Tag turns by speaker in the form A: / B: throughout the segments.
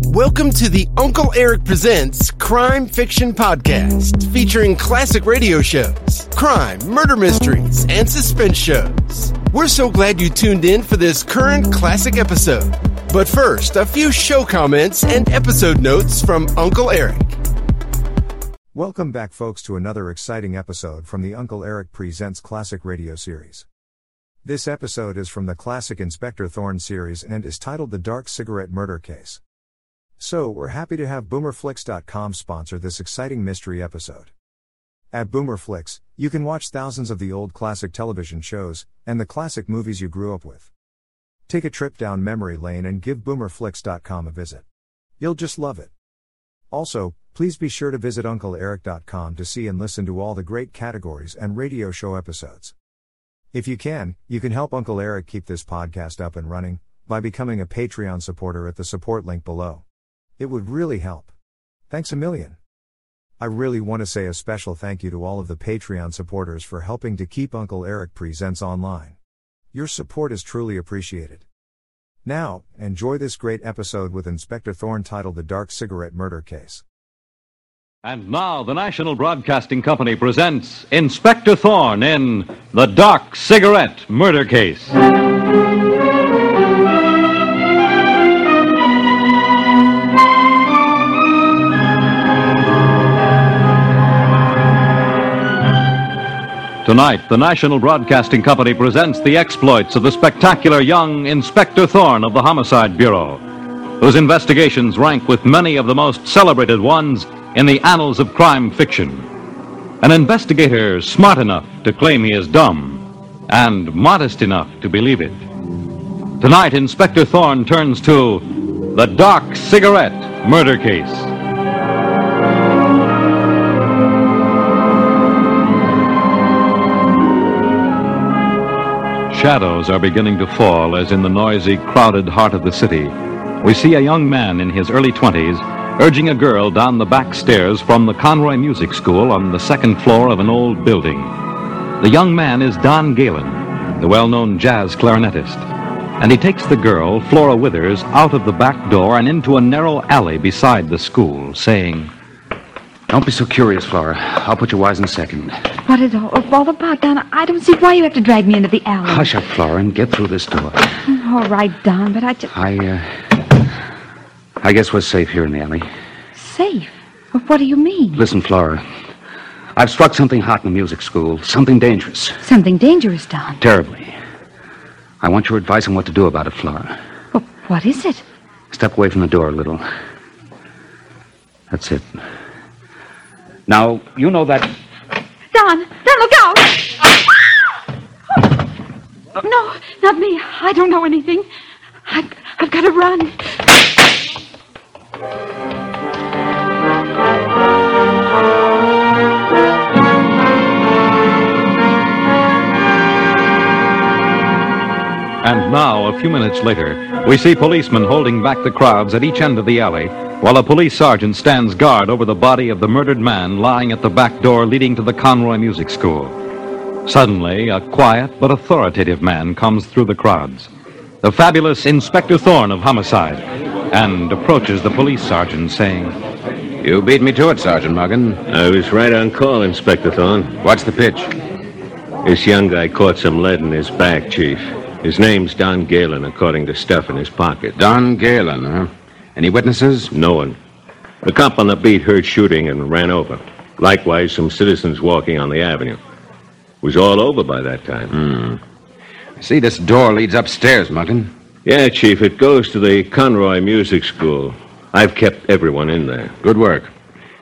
A: Welcome to the Uncle Eric Presents Crime Fiction Podcast, featuring classic radio shows, crime, murder mysteries, and suspense shows. We're so glad you tuned in for this current classic episode. But first, a few show comments and episode notes from Uncle Eric.
B: Welcome back, folks, to another exciting episode from the Uncle Eric Presents Classic Radio series. This episode is from the classic Inspector Thorne series and is titled The Dark Cigarette Murder Case. So, we're happy to have BoomerFlix.com sponsor this exciting mystery episode. At BoomerFlix, you can watch thousands of the old classic television shows and the classic movies you grew up with. Take a trip down memory lane and give BoomerFlix.com a visit. You'll just love it. Also, please be sure to visit UncleEric.com to see and listen to all the great categories and radio show episodes. If you can, you can help Uncle Eric keep this podcast up and running by becoming a Patreon supporter at the support link below. It would really help. Thanks a million. I really want to say a special thank you to all of the Patreon supporters for helping to keep Uncle Eric Presents online. Your support is truly appreciated. Now, enjoy this great episode with Inspector Thorne titled The Dark Cigarette Murder Case.
C: And now the National Broadcasting Company presents Inspector Thorne in The Dark Cigarette Murder Case. Tonight, the National Broadcasting Company presents the exploits of the spectacular young Inspector Thorne of the Homicide Bureau, whose investigations rank with many of the most celebrated ones in the annals of crime fiction. An investigator smart enough to claim he is dumb, and modest enough to believe it. Tonight, Inspector Thorne turns to the Dark Cigarette Murder Case. Shadows are beginning to fall as in the noisy, crowded heart of the city, we see a young man in his early 20s urging a girl down the back stairs from the Conroy Music School on the second floor of an old building. The young man is Don Galen, the well known jazz clarinetist, and he takes the girl, Flora Withers, out of the back door and into a narrow alley beside the school, saying,
D: Don't be so curious, Flora. I'll put you wise in a second.
E: What is all, all about, Don? I don't see why you have to drag me into the alley.
D: Hush up, Flora, and get through this door.
E: All right, Don, but I just.
D: I, uh. I guess we're safe here in the alley.
E: Safe? What do you mean?
D: Listen, Flora. I've struck something hot in the music school, something dangerous,
E: Something dangerous, Don.
D: terribly. I want your advice on what to do about it, Flora.
E: Well, what is it?
D: Step away from the door a little. That's it. Now, you know that.
E: Don! Don, look out! No, not me. I don't know anything. I've, I've got to run.
C: And now, a few minutes later, we see policemen holding back the crowds at each end of the alley, while a police sergeant stands guard over the body of the murdered man lying at the back door leading to the Conroy Music School. Suddenly, a quiet but authoritative man comes through the crowds. The fabulous Inspector Thorne of Homicide, and approaches the police sergeant, saying,
F: You beat me to it, Sergeant Morgan.
G: I was right on call, Inspector Thorne.
F: What's the pitch?
G: This young guy caught some lead in his back, Chief. His name's Don Galen, according to stuff in his pocket.
F: Don Galen, huh? Any witnesses?
G: No one. The cop on the beat heard shooting and ran over. Likewise, some citizens walking on the avenue. It was all over by that time.
F: Hmm. See, this door leads upstairs, Morgan.
G: Yeah, Chief, it goes to the Conroy Music School. I've kept everyone in there.
F: Good work.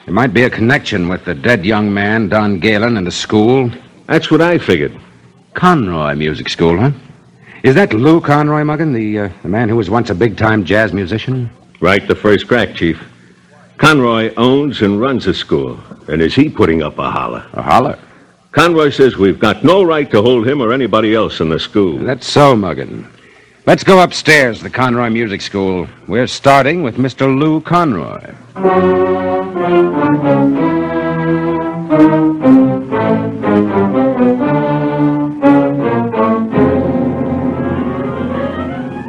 F: There might be a connection with the dead young man, Don Galen, and the school.
G: That's what I figured.
F: Conroy Music School, huh? Is that Lou Conroy, Morgan, the, uh, the man who was once a big time jazz musician?
G: Right the first crack, Chief. Conroy owns and runs the school. And is he putting up a holler?
F: A holler.
G: Conroy says we've got no right to hold him or anybody else in the school.
F: That's so, Morgan. Let's go upstairs to the Conroy Music School. We're starting with Mr. Lou Conroy.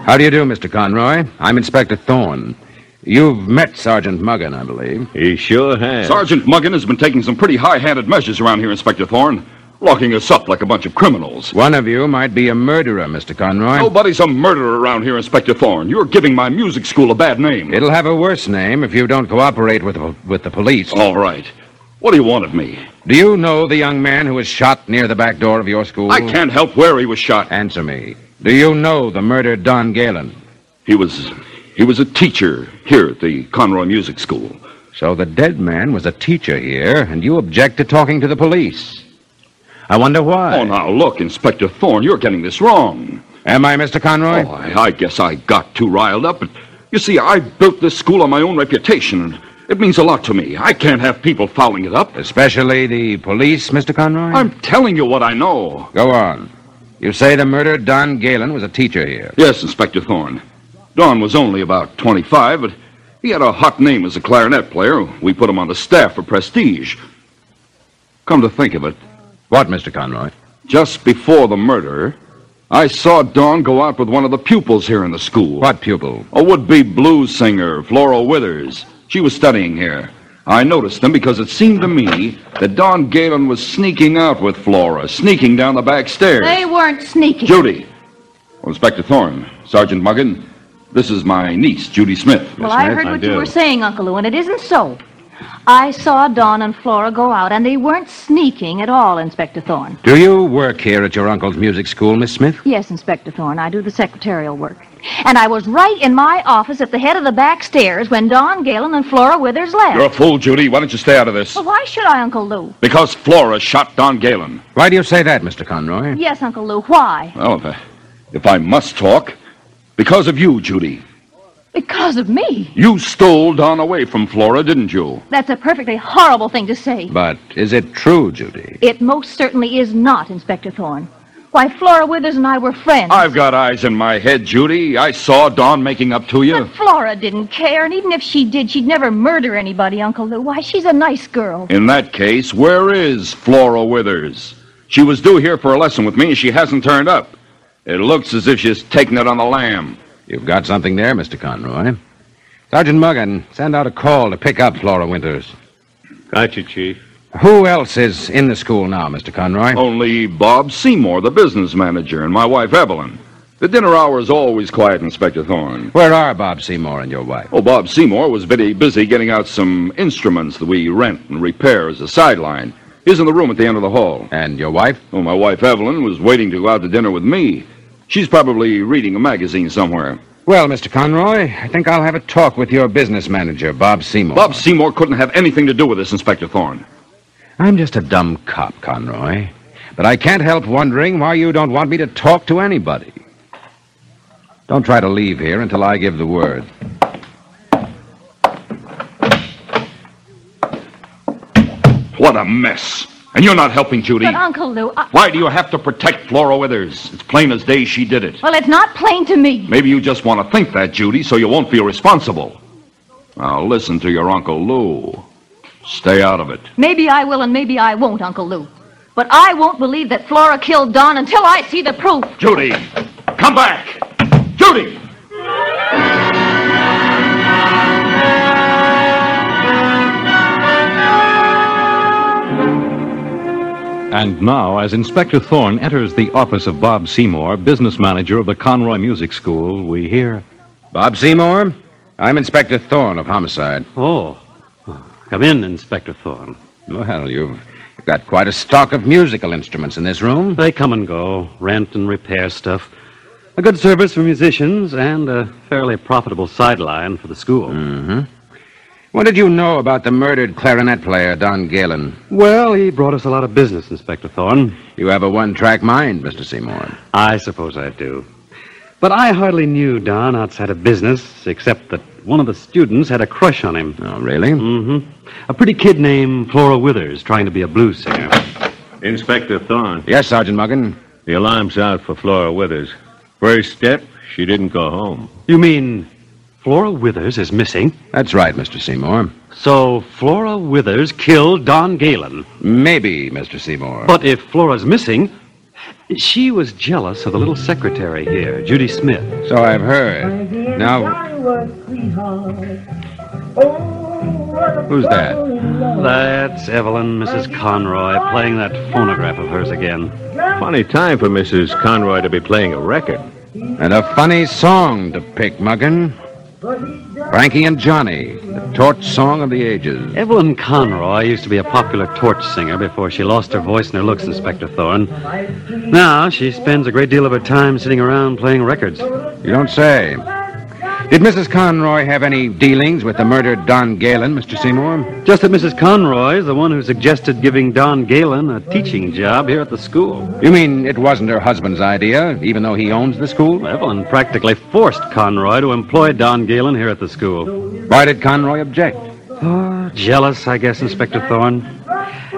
F: How do you do, Mr. Conroy? I'm Inspector Thorne. You've met Sergeant Muggan, I believe.
G: He sure has.
H: Sergeant Muggan has been taking some pretty high handed measures around here, Inspector Thorne. Locking us up like a bunch of criminals.
F: One of you might be a murderer, Mr. Conroy.
H: Nobody's a murderer around here, Inspector Thorne. You're giving my music school a bad name.
F: It'll have a worse name if you don't cooperate with the, with the police.
H: All right. What do you want of me?
F: Do you know the young man who was shot near the back door of your school?
H: I can't help where he was shot.
F: Answer me. Do you know the murdered Don Galen?
H: He was he was a teacher here at the Conroy Music School.
F: So the dead man was a teacher here, and you object to talking to the police. I wonder why.
H: Oh, now look, Inspector Thorne, you're getting this wrong.
F: Am I, Mr. Conroy?
H: Oh, I, I guess I got too riled up. But you see, I built this school on my own reputation, and it means a lot to me. I can't have people fouling it up.
F: Especially the police, Mr. Conroy?
H: I'm telling you what I know.
F: Go on. You say the murdered Don Galen was a teacher here.
H: Yes, Inspector Thorne. Don was only about 25, but he had a hot name as a clarinet player. We put him on the staff for prestige. Come to think of it,
F: What, Mr. Conroy?
H: just before the murder, I saw Don go out with one of the pupils here in the school.
F: What pupil?
H: A would be blues singer, Flora Withers. She was studying here. I noticed them because it seemed to me that Don Galen was sneaking out with Flora, sneaking down the back stairs.
E: They weren't sneaking.
H: Judy. Well, Inspector Thorne, Sergeant Muggan, this is my niece, Judy Smith.
E: well, I heard
G: I
E: what
G: do.
E: you were saying, Uncle Lou, and it isn't so. I saw Don and Flora go out, and they weren't sneaking at all, Inspector Thorne.
F: Do you work here at your uncle's music school, Miss Smith?
E: Yes, Inspector Thorne, I do the secretarial work. And I was right in my office at the head of the back stairs when Don Galen and Flora Withers left.
H: You're a fool, Judy. Why don't you stay out of this?
E: Well, why should I, Uncle Lou?
H: Because Flora shot Don Galen.
F: Why do you say that, Mr. Conroy?
E: Yes, Uncle Lou, why?
H: Well, if I, if I must talk, because of you, Judy.
E: Because of me.
H: You stole Don away from Flora, didn't you?
E: That's a perfectly horrible thing to say.
F: But is it true, Judy?
E: It most certainly is not, Inspector Thorne. Why, Flora Withers and I were friends.
H: I've got eyes in my head, Judy. I saw Don making up to you.
E: But Flora didn't care, and even if she did, she'd never murder anybody, Uncle Lou. Why, she's a nice girl.
H: In that case, where is Flora Withers? She was due here for a lesson with me, and she hasn't turned up. It looks as if she's taking it on the lamb.
F: You've got something there, Mr. Conroy. Sergeant Muggan, send out a call to pick up Flora Winters.
G: Gotcha, Chief.
F: Who else is in the school now, Mr. Conroy?
H: Only Bob Seymour, the business manager, and my wife Evelyn. The dinner hour is always quiet, Inspector Thorne.
F: Where are Bob Seymour and your wife?
H: Oh, Bob Seymour was very busy getting out some instruments that we rent and repair as a sideline. He's in the room at the end of the hall.
F: And your wife?
H: Oh, my wife Evelyn was waiting to go out to dinner with me. She's probably reading a magazine somewhere.
F: Well, Mr. Conroy, I think I'll have a talk with your business manager, Bob Seymour.
H: Bob Seymour couldn't have anything to do with this, Inspector Thorne.
F: I'm just a dumb cop, Conroy. But I can't help wondering why you don't want me to talk to anybody. Don't try to leave here until I give the word.
H: What a mess. And you're not helping, Judy.
E: But, Uncle Lou, I...
H: Why do you have to protect Flora Withers? It's plain as day she did it.
E: well, it's not plain to me.
H: Maybe you just want to think that, Judy, so you won't feel responsible. Now listen to your Uncle Lou. Stay out of it.
E: Maybe I will, and maybe I won't, Uncle Lou. But I won't believe that Flora killed Don until I see the proof.
H: Judy! Come back! Judy!
C: And now, as Inspector Thorne enters the office of Bob Seymour, business manager of the Conroy Music School, we hear.
F: Bob Seymour, I'm Inspector Thorne of Homicide.
I: Oh. Come in, Inspector Thorne.
F: Well, you've you've got quite a stock of musical instruments in this room.
I: They come and go, rent and repair stuff. A good service for musicians and a fairly profitable sideline for the school.
F: What did you know about the murdered clarinet player, Don Galen?
I: Well, he brought us a lot of business, Inspector Thorne.
F: You have a one track mind, Mr. Seymour.
I: I suppose I do. But I hardly knew Don outside of business, except that one of the students had a crush on him.
F: Oh, really?
I: Mm-hmm. A pretty kid named Flora Withers, trying to be a blues singer.
G: Inspector Thorne,
F: Yes, Sergeant Muggan.
G: the alarm's out for Flora Withers. First step, she didn't go home.
I: You mean Flora Withers is missing?
F: That's right, Mr. Seymour.
I: So Flora Withers killed Don Galen.
F: Maybe, Mr. Seymour.
I: But if Flora's missing, she was jealous of the little secretary here, Judy Smith.
F: So I've heard. Now,
J: a sweetheart. Oh, what a
I: Who's that?
J: That's
I: Evelyn, Mrs. Conroy, playing that phonograph of hers again.
G: Funny time for Mrs. Conroy to be playing a record.
F: And a funny song to pick, Muggin. Frankie and Johnny, the torch song of the ages.
I: Evelyn Conroy used to be a popular torch singer before she lost her voice and her looks, Inspector Thorne. Now she spends a great deal of her time sitting around playing records.
F: You don't say. Did Mrs. Conroy have any dealings with the murdered Don Galen, Mr. Seymour?
I: Just that Mrs. Conroy is the one who suggested giving Don Galen a teaching job here at the school.
F: You mean it wasn't her husband's idea, even though he owns the school?
I: Evelyn practically forced Conroy to employ Don Galen here at the school.
F: Why did Conroy object?
I: Oh, jealous, I guess, Inspector Thorne.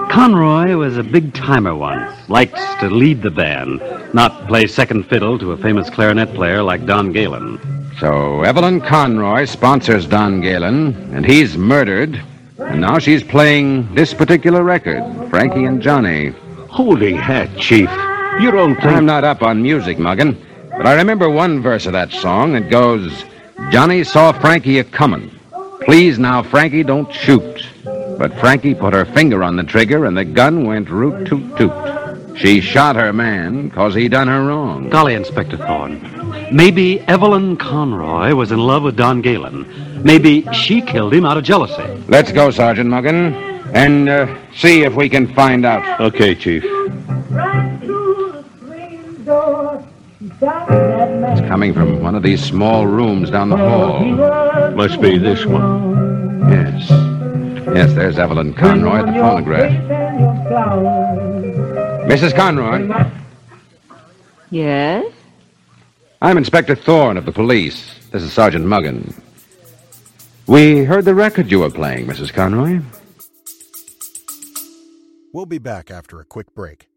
I: Conroy was a big timer once, likes to lead the band, not play second fiddle to a famous clarinet player like Don Galen.
F: So Evelyn Conroy sponsors Don Galen, and he's murdered. And now she's playing this particular record, Frankie and Johnny.
G: Holy heck, Chief. You don't think.
F: I'm not up on music, Muggin, but I remember one verse of that song. It goes, Johnny saw Frankie a comin'. Please now, Frankie, don't shoot. But Frankie put her finger on the trigger, and the gun went root toot toot. She shot her man 'cause he done her wrong.
I: Golly, Inspector Thorne. Maybe Evelyn Conroy was in love with Don Galen. Maybe she killed him out of jealousy.
F: Let's go, Sergeant Muggin, and uh, see if we can find out.
G: Okay, Chief.
F: It's coming from one of these small rooms down the hall.
G: Must be this one.
F: Yes. Yes, there's Evelyn Conroy at the phonograph. Mrs. Conroy,
E: Yes?
F: I'm Inspector Thorne of the police. This is Sergeant Muggin. We heard the record you were playing, Mrs. Conroy.
A: We'll be back after a quick break.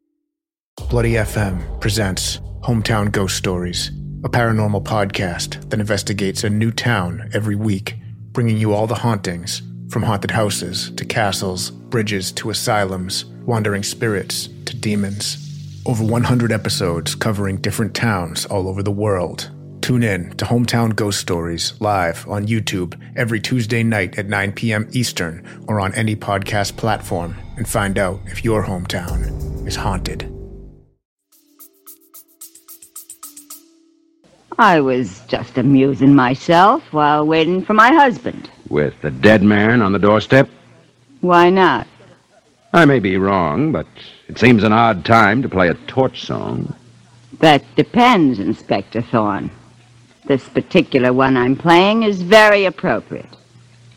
K: Bloody FM presents Hometown Ghost Stories, a paranormal podcast that investigates a new town every week, bringing you all the hauntings from haunted houses to castles, bridges to asylums, wandering spirits to demons. Over 100 episodes covering different towns all over the world. Tune in to Hometown Ghost Stories live on YouTube every Tuesday night at 9 p.m. Eastern or on any podcast platform and find out if your hometown is haunted.
L: I was just amusing myself while waiting for my husband.
F: With the dead man on the doorstep?
L: Why not?
F: I may be wrong, but it seems an odd time to play a torch song.
L: That depends, Inspector Thorne. This particular one I'm playing is very appropriate,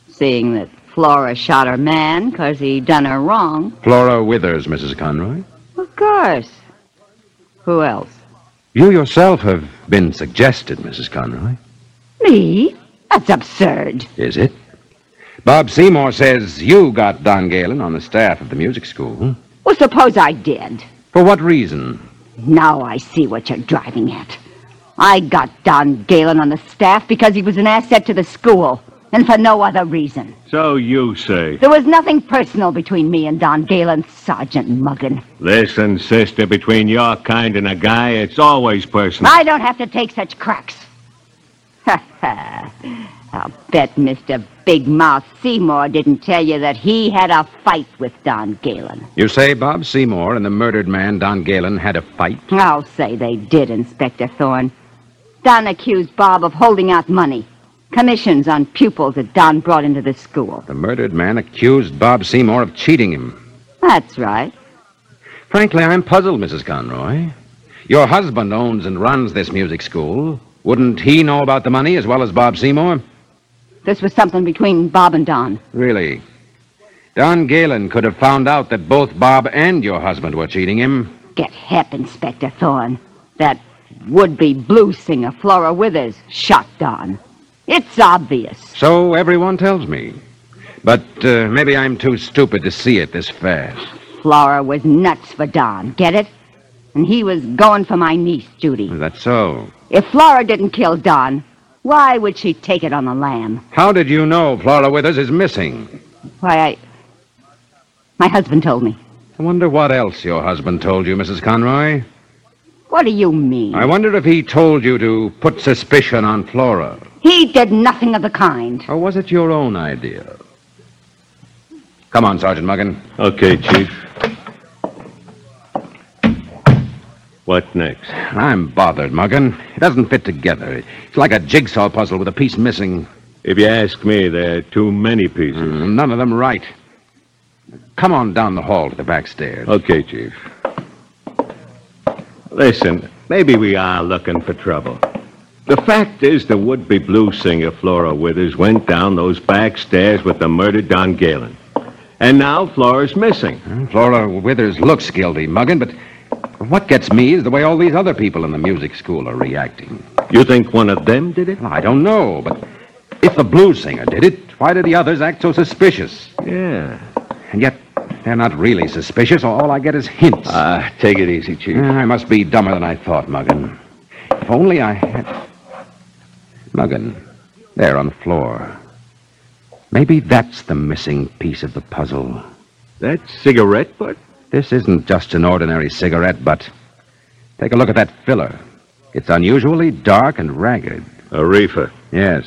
L: seeing that Flora shot her man 'cause he done her wrong.
F: Flora Withers, Mrs. Conroy.
L: Of course. Who else?
F: You yourself have been suggested, Mrs. Conroy.
L: Me? That's absurd.
F: Is it? Bob Seymour says you got Don Galen on the staff of the music school.
L: Well, suppose I did.
F: For what reason?
L: Now I see what you're driving at. I got Don Galen on the staff because he was an asset to the school, and for no other reason.
G: So you say.
L: There was nothing personal between me and Don Galen, Sergeant Muggin.
G: Listen, sister, between your kind and a guy, it's always personal.
L: I don't have to take such cracks. Ha ha. I'll bet Mr. Big Mouth Seymour didn't tell you that he had a fight with Don Galen.
F: You say Bob Seymour and the murdered man, Don Galen, had a fight?
L: I'll say they did, Inspector Thorne. Don accused Bob of holding out money, commissions on pupils that Don brought into the school.
F: The murdered man accused Bob Seymour of cheating him.
L: That's right.
F: Frankly, I'm puzzled, Mrs. Conroy. Your husband owns and runs this music school. Wouldn't he know about the money as well as Bob Seymour?
L: This was something between Bob and Don.
F: Really? Don Galen could have found out that both Bob and your husband were cheating him.
L: Get hep, Inspector Thorne. That would be blues singer Flora Withers shot Don. It's obvious.
F: So everyone tells me. But uh, maybe I'm too stupid to see it this fast.
L: Flora was nuts for Don, get it? And he was going for my niece, Judy.
F: Is that so?
L: If Flora didn't kill Don, why would she take it on the lamb?
F: How did you know Flora Withers is missing?
L: Why, I. My husband told me.
F: I wonder what else your husband told you, Mrs. Conroy.
L: What do you mean?
F: I wonder if he told you to put suspicion on Flora.
L: He did nothing of the kind.
F: Or was it your own idea? Come on, Sergeant Muggan.
G: Okay, Chief. What next?
F: I'm bothered, Muggan. It doesn't fit together. It's like a jigsaw puzzle with a piece missing. Mm,
G: If you ask me, there are too many pieces.
F: none of them right. Come on down the hall to the back stairs.
G: Okay, Chief. Listen, maybe we are looking for trouble. The fact is, the would be blues singer Flora Withers went down those back stairs with the murdered Don Galen. And now Flora's missing.
F: Flora Withers looks guilty, Muggan, but what gets me is the way all these other people in the music school are reacting.
G: You think one of them did it?
F: I don't know, but if the blues singer did it, why do the others act so suspicious?
G: Yeah.
F: And yet, they're not really suspicious. All I get is hints.
G: Ah, take it easy, Chief.
F: I must be dumber than I thought, Muggan. If only I had. Muggan, there on the floor. Maybe that's the missing piece of the puzzle.
G: That cigarette butt?
F: This isn't just an ordinary cigarette butt. Take a look at that filler. It's unusually dark and ragged.
G: A reefer.
F: Yes,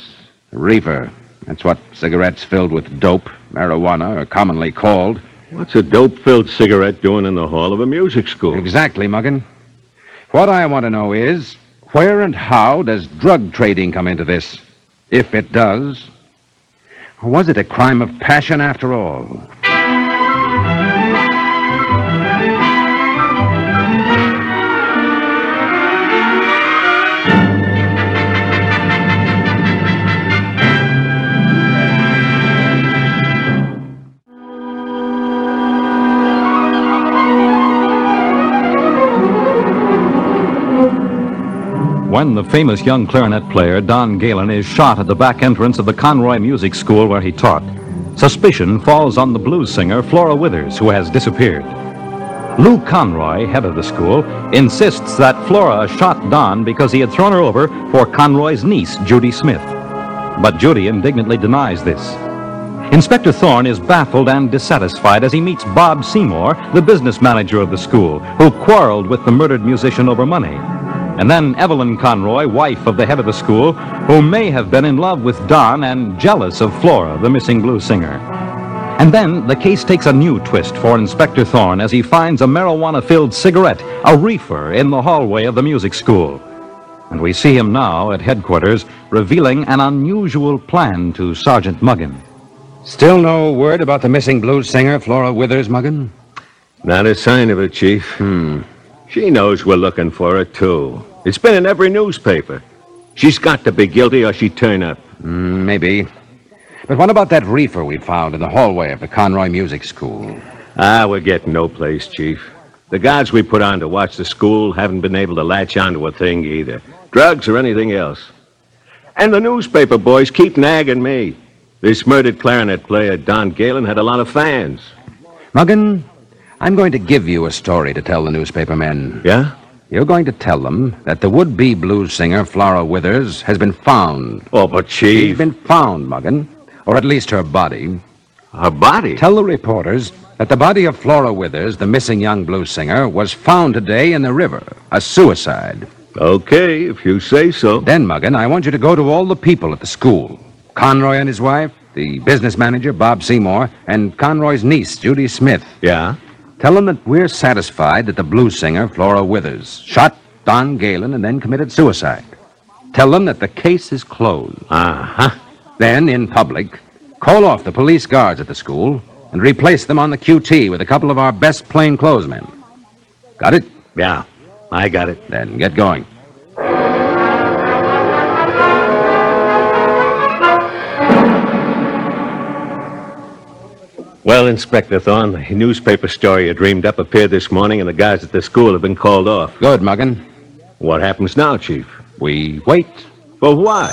F: a reefer. That's what cigarettes filled with dope, marijuana, are commonly called.
G: What's a dope filled cigarette doing in the hall of a music school?
F: Exactly, Muggan. What I want to know is where and how does drug trading come into this? If it does. Or was it a crime of passion after all?
C: When the famous young clarinet player Don Galen is shot at the back entrance of the Conroy Music School where he taught, suspicion falls on the blues singer Flora Withers, who has disappeared. Lou Conroy, head of the school, insists that Flora shot Don because he had thrown her over for Conroy's niece, Judy Smith. But Judy indignantly denies this. Inspector Thorne is baffled and dissatisfied as he meets Bob Seymour, the business manager of the school, who quarreled with the murdered musician over money and then Evelyn Conroy, wife of the head of the school, who may have been in love with Don and jealous of Flora, the missing blues singer. And then the case takes a new twist for Inspector Thorne as he finds a marijuana filled cigarette, a reefer, in the hallway of the music school. And we see him now at headquarters revealing an unusual plan to Sergeant Muggin.
F: Still no word about the missing blues singer, Flora Withers, Muggin?
G: Not a sign of it, Chief.
F: Hmm.
G: She knows we're looking for her, too. It's been in every newspaper. She's got to be guilty or she'd turn up.
F: Mm, maybe. But what about that reefer we found in the hallway of the Conroy Music School?
G: Ah, we're getting no place, Chief. The guards we put on to watch the school haven't been able to latch onto a thing either drugs or anything else. And the newspaper boys keep nagging me. This murdered clarinet player, Don Galen, had a lot of fans.
F: Muggin, I'm going to give you a story to tell the newspapermen.
G: Yeah?
F: You're going to tell them that the would be blues singer, Flora Withers, has been found.
G: Oh, but Chief.
F: She's been found, Muggin, or at least her body.
G: Her body?
F: Tell the reporters that the body of Flora Withers, the missing young blues singer, was found today in the river. A suicide.
G: Okay, if you say so.
F: Then, Muggin, I want you to go to all the people at the school Conroy and his wife, the business manager, Bob Seymour, and Conroy's niece, Judy Smith.
G: Yeah?
F: Tell them that we're satisfied that the blues singer, Flora Withers, shot Don Galen and then committed suicide. Tell them that the case is closed.
G: Uh huh.
F: Then, in public, call off the police guards at the school and replace them on the QT with a couple of our best plainclothesmen. Got it?
G: Yeah, I got it.
F: Then get going.
G: Well, Inspector Thorne, the newspaper story you dreamed up appeared this morning, and the guys at the school have been called off.
F: Good, Muggan.
G: What happens now, Chief?
F: We wait.
G: For what?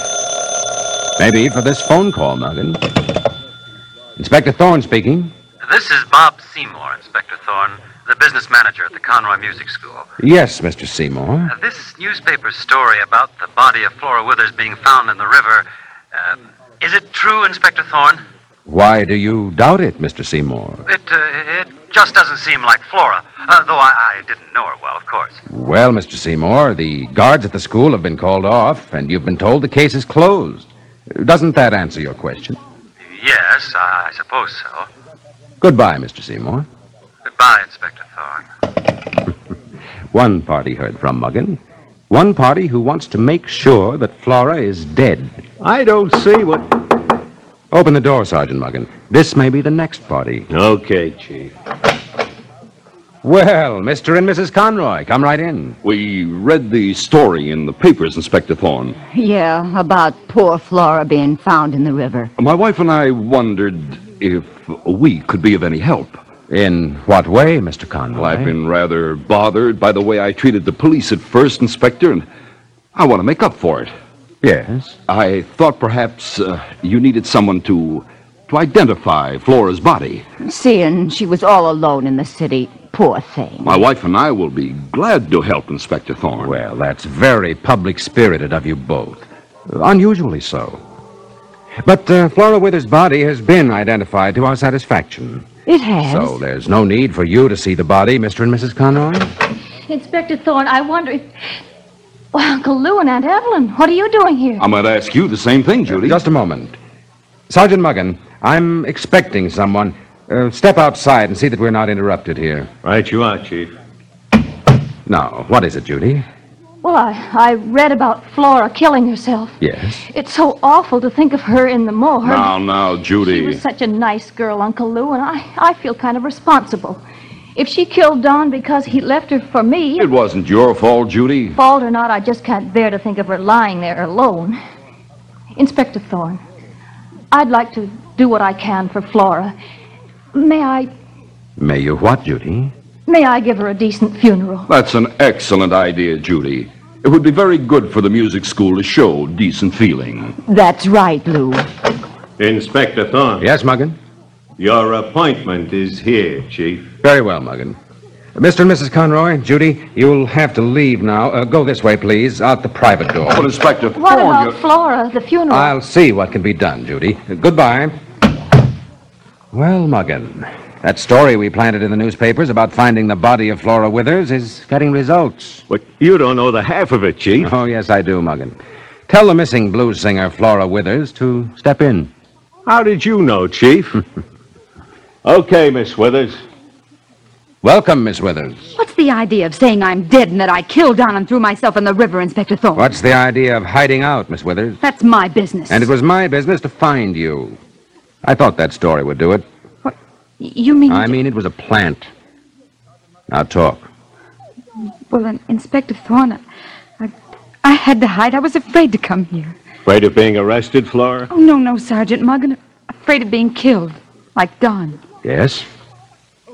F: Maybe for this phone call, Muggan. Inspector Thorne speaking.
M: This is Bob Seymour, Inspector Thorne, the business manager at the Conroy Music School.
F: Yes, Mr. Seymour.
M: Uh, this newspaper story about the body of Flora Withers being found in the river, uh, is it true, Inspector Thorne?
F: Why do you doubt it, Mr. Seymour?
M: It, uh, it just doesn't seem like Flora, uh, though I, I didn't know her well, of course.
F: Well, Mr. Seymour, the guards at the school have been called off, and you've been told the case is closed. Doesn't that answer your question?
M: Yes, I suppose so.
F: Goodbye, Mr. Seymour.
M: Goodbye, Inspector Thorne.
F: One party heard from Muggin. One party who wants to make sure that Flora is dead. I don't see what. Open the door, Sergeant Muggin. This may be the next party.
G: Okay, Chief.
F: Well, Mr. and Mrs. Conroy, come right in.
H: We read the story in the papers, Inspector Thorne.
L: Yeah, about poor Flora being found in the river.
H: My wife and I wondered if we could be of any help.
F: In what way, Mr. Conroy?
H: Well, I've been rather bothered by the way I treated the police at first, Inspector, and I want to make up for it.
F: Yes.
H: I thought perhaps uh, you needed someone to to identify Flora's body.
L: Seeing she was all alone in the city. Poor thing.
H: My wife and I will be glad to help, Inspector Thorne.
F: Well, that's very public spirited of you both. Unusually so. But uh, Flora Withers' body has been identified to our satisfaction.
L: It has.
F: So there's no need for you to see the body, Mr. and Mrs. Conroy.
E: Inspector Thorne, I wonder if. Well, Uncle Lou and Aunt Evelyn, what are you doing here?
H: I might ask you the same thing, Judy.
F: Just a moment. Sergeant Muggin, I'm expecting someone. Uh, step outside and see that we're not interrupted here.
G: Right, you are, Chief.
F: Now, what is it, Judy?
E: Well, I, I read about Flora killing herself.
F: Yes.
E: It's so awful to think of her in the morgue.
H: Now, now, Judy.
E: She was such a nice girl, Uncle Lou, and I, I feel kind of responsible. If she killed Don because he left her for me,
H: It wasn't your fault, Judy.
E: fault or not, I just can't bear to think of her lying there alone. Inspector Thorne, I'd like to do what I can for Flora. May I
F: May you what, Judy?
E: may I give her a decent funeral?
H: That's an excellent idea, Judy. It would be very good for the music school to show decent feeling.
L: That's right, Lou.
G: Inspector Thorne.
F: Yes, Muggin?
G: Your appointment is here, Chief.
F: Very well, Muggin. Mr. and Mrs. Conroy, Judy, you'll have to leave now. Uh, go this way, please, out the private door.
H: But, Inspector Thorne,
E: What about
H: you-
E: Flora, the funeral?
F: I'll see what can be done, Judy. Uh, Goodbye. Well, Muggin, that story we planted in the newspapers about finding the body of Flora Withers is getting results.
G: But you don't know the half of it, Chief.
F: Oh, yes, I do, Muggin. Tell the missing blues singer, Flora Withers, to step in.
G: How did you know, Chief? okay, Miss Withers.
F: Welcome, Miss Withers.
N: What's the idea of saying I'm dead and that I killed Don and threw myself in the river, Inspector Thorne?
F: What's the idea of hiding out, Miss Withers?
N: That's my business.
F: And it was my business to find you. I thought that story would do it.
N: Y- You mean?
F: I mean, it was a plant. Now talk.
N: Well, in- Inspector Thorne, I, I, I had to hide. I was afraid to come here.
G: Afraid of being arrested, Flora?
N: Oh no, no, Sergeant Muggan, afraid of being killed, like Don.
F: Yes?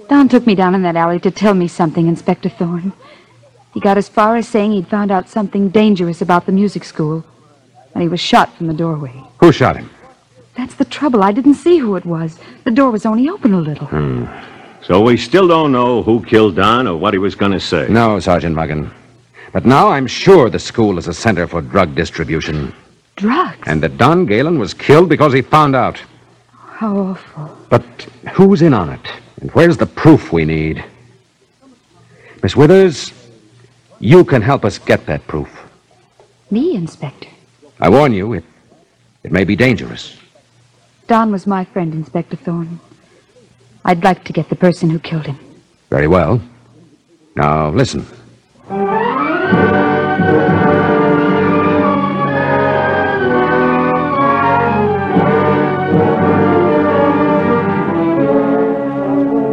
N: Don took me down in that alley to tell me something, Inspector Thorne. He got as far as saying he'd found out something dangerous about the music school, and he was shot from the doorway.
F: Who shot him?
N: That's the trouble. I didn't see who it was. The door was only open a little.
G: Hmm. So we still don't know who killed Don or what he was going to say.
F: No, Sergeant Muggin. But now I'm sure the school is a center for drug distribution,
N: Drugs?
F: and that Don Galen was killed because he found out.
N: How awful.
F: But who's in on it? And where's the proof we need? Miss Withers, you can help us get that proof.
N: Me, Inspector.
F: I warn you, it, it may be dangerous.
N: Don was my friend, Inspector Thorne. I'd like to get the person who killed him.
F: Very well. Now, listen.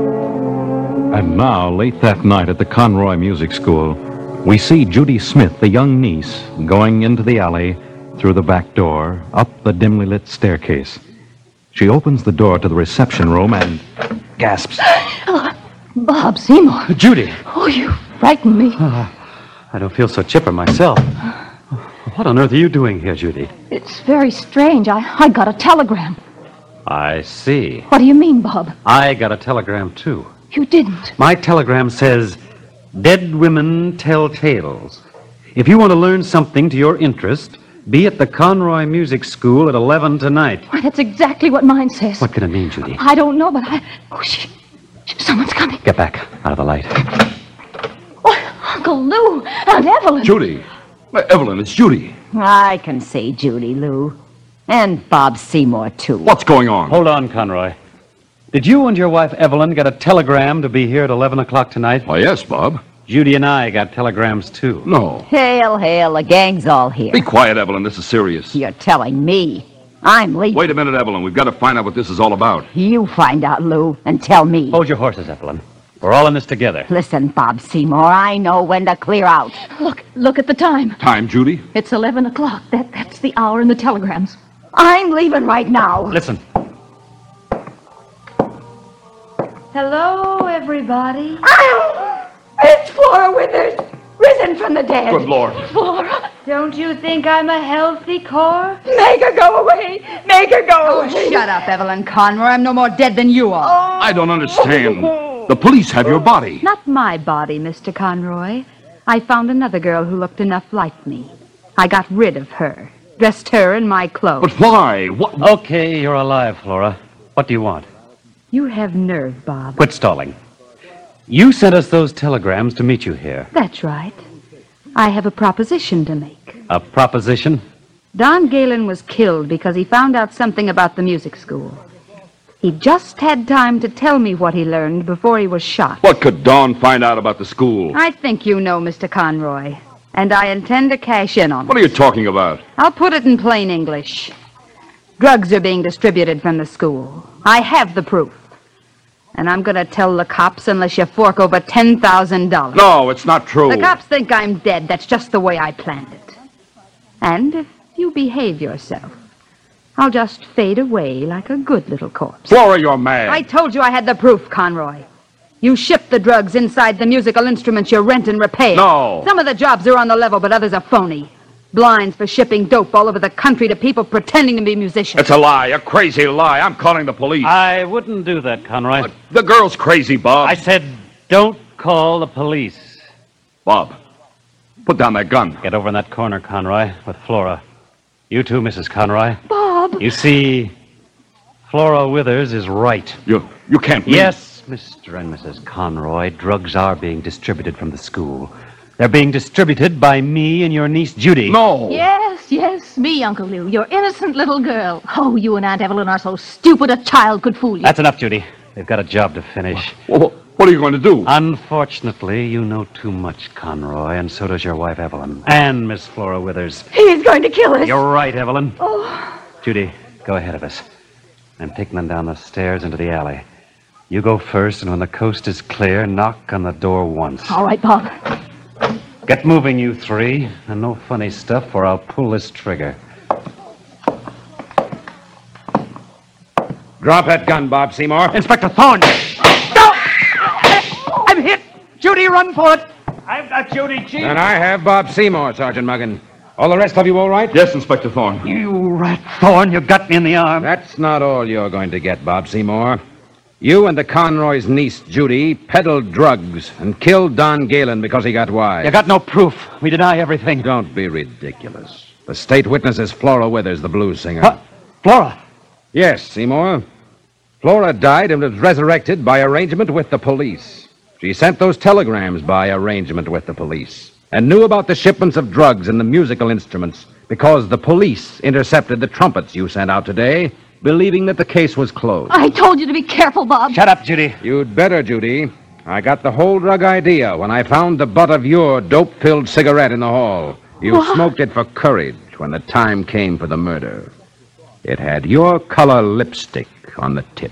C: And now, late that night at the Conroy Music School, we see Judy Smith, the young niece, going into the alley, through the back door, up the dimly lit staircase. She opens the door to the reception room and gasps.
E: Oh, Bob Seymour.
I: Uh, Judy!
E: Oh, you frightened me.
I: I don't feel so chipper myself. What on earth are you doing here, Judy?
E: It's very strange. I, I got a telegram.
I: I see.
E: What do you mean, Bob?
I: I got a telegram, too.
E: You didn't.
I: My telegram says, Dead women tell tales. If you want to learn something to your interest, be at the Conroy Music School at 11 tonight.
E: Why, that's exactly what mine says.
I: What can it mean, Judy?
E: I don't know, but I. Oh, shh. Shh, Someone's coming.
I: Get back out of the light.
E: Uncle Lou, Aunt Uh, Evelyn.
H: Judy. Evelyn, it's Judy.
L: I can see Judy, Lou. And Bob Seymour, too.
I: What's going on? Hold on, Conroy. Did you and your wife Evelyn get a telegram to be here at 11 o'clock tonight? Why, yes, Bob. Judy and I got telegrams, too. No.
L: Hail, hail, the gang's all here.
H: Be quiet, Evelyn. This is serious.
L: You're telling me. I'm leaving.
H: Wait a minute, Evelyn. We've got to find out what this is all about.
L: You find out, Lou, and tell me.
I: Hold your horses, Evelyn. We're all in this together.
L: Listen, Bob Seymour, I know when to clear out.
E: Look, look at the time.
I: Time, Judy?
E: It's 11 o'clock. Ah, That, that's the hour in the telegrams.
L: I'm leaving right now.
I: Listen.
O: Hello, everybody.
L: It's Flora Withers, risen from the dead.
O: Good
I: Lord.
O: Flora. Don't you think I'm a healthy core?
L: Make her go away. Make her
N: Oh,
L: go
P: away. Shut up, Evelyn Conroy. I'm no more dead than you are.
L: Oh.
H: I don't understand. The police have your body.
N: Not my body, Mr. Conroy. I found another girl who looked enough like me. I got rid of her, dressed her in my clothes.
I: But why? What? Okay, you're alive, Flora. What do you want?
N: You have nerve, Bob.
I: Quit stalling. You sent us those telegrams to meet you here.
N: That's right. I have a proposition to make.
I: A proposition?
N: Don Galen was killed because he found out something about the music school. He just had time to tell me what he learned before he was shot.
H: What could Dawn find out about the school?
N: I think you know, Mr. Conroy, and I intend to cash in on it.
H: What are you talking about?
N: I'll put it in plain English. Drugs are being distributed from the school. I have the proof. And I'm going to tell the cops unless you fork over $10,000.
H: No, it's not true.
N: The cops think I'm dead. That's just the way I planned it. And if you behave yourself, I'll just fade away like a good little corpse.
H: Flora, you're mad.
N: I told you I had the proof, Conroy. You ship the drugs inside the musical instruments you rent and repair.
H: No.
N: Some of the jobs are on the level, but others are phony. Blinds for shipping dope all over the country to people pretending to be musicians.
H: It's a lie, a crazy lie. I'm calling the police. Uh,
I: I wouldn't do that, Conroy.
H: The girl's crazy, Bob.
I: I said, don't call the police.
H: Bob, put down that gun.
I: Get over in that corner, Conroy, with Flora. You too, Mrs. Conroy.
E: Bob!
I: You see, Flora Withers is right.
H: You you can't. mean-
I: Yes, Mr. and Mrs. Conroy, drugs are being distributed from the school. They're being distributed by me and your niece Judy.
H: No.
E: Yes, yes, me, Uncle Lou, your innocent little girl. Oh, you and Aunt Evelyn are so stupid a child could fool you.
I: That's enough, Judy. They've got a job to finish.
H: What, what are you going to do?
I: Unfortunately, you know too much, Conroy, and so does your wife, Evelyn. And Miss Flora Withers.
L: He's going to kill us.
I: You're right, Evelyn.
L: Oh,
I: Judy, go ahead of us. I'm taking them down the stairs into the alley. You go first, and when the coast is clear, knock on the door once.
E: All right, Bob.
I: Get moving, you three, and no funny stuff, or I'll pull this trigger.
F: Drop that gun, Bob Seymour.
I: Inspector Thorne!
P: I'm hit. Judy, run for it. I've got Judy, Chief.
F: And I have Bob Seymour, Sergeant Muggan. All the rest of you all right?
H: Yes, Inspector Thorne.
F: You rat Thorne, you got me in the arm. That's not all you're going to get, Bob Seymour. You and the Conroy's niece, Judy, peddled drugs and killed Don Galen because he got wise.
I: You got no proof. We deny everything.
F: Don't be ridiculous. The state witness is Flora Withers, the blues singer.
I: Flora!
F: Yes, Seymour. Flora died and was resurrected by arrangement with the police. She sent those telegrams by arrangement with the police and knew about the shipments of drugs and the musical instruments because the police intercepted the trumpets you sent out today, believing that the case was closed.
E: I told you to be careful, Bob.
I: Shut up, Judy.
F: You'd better, Judy. I got the whole drug idea when I found the butt of your dope filled cigarette in the hall. You
E: What?
F: smoked it for courage when the time came for the murder. It had your color lipstick on the tip.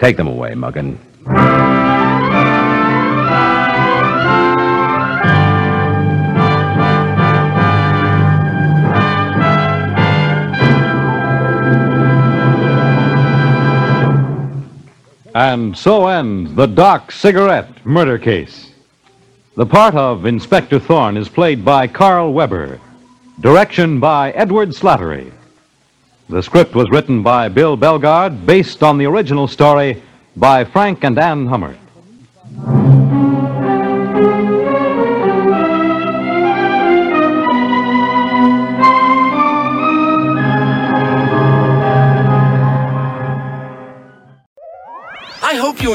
F: Take them away, Muggan.
C: And so ends the Doc Cigarette murder case. The part of Inspector Thorne is played by Carl Weber. Direction by Edward Slattery. The script was written by Bill Belgard, based on the original story by Frank and Ann Hummert.
A: I I hope you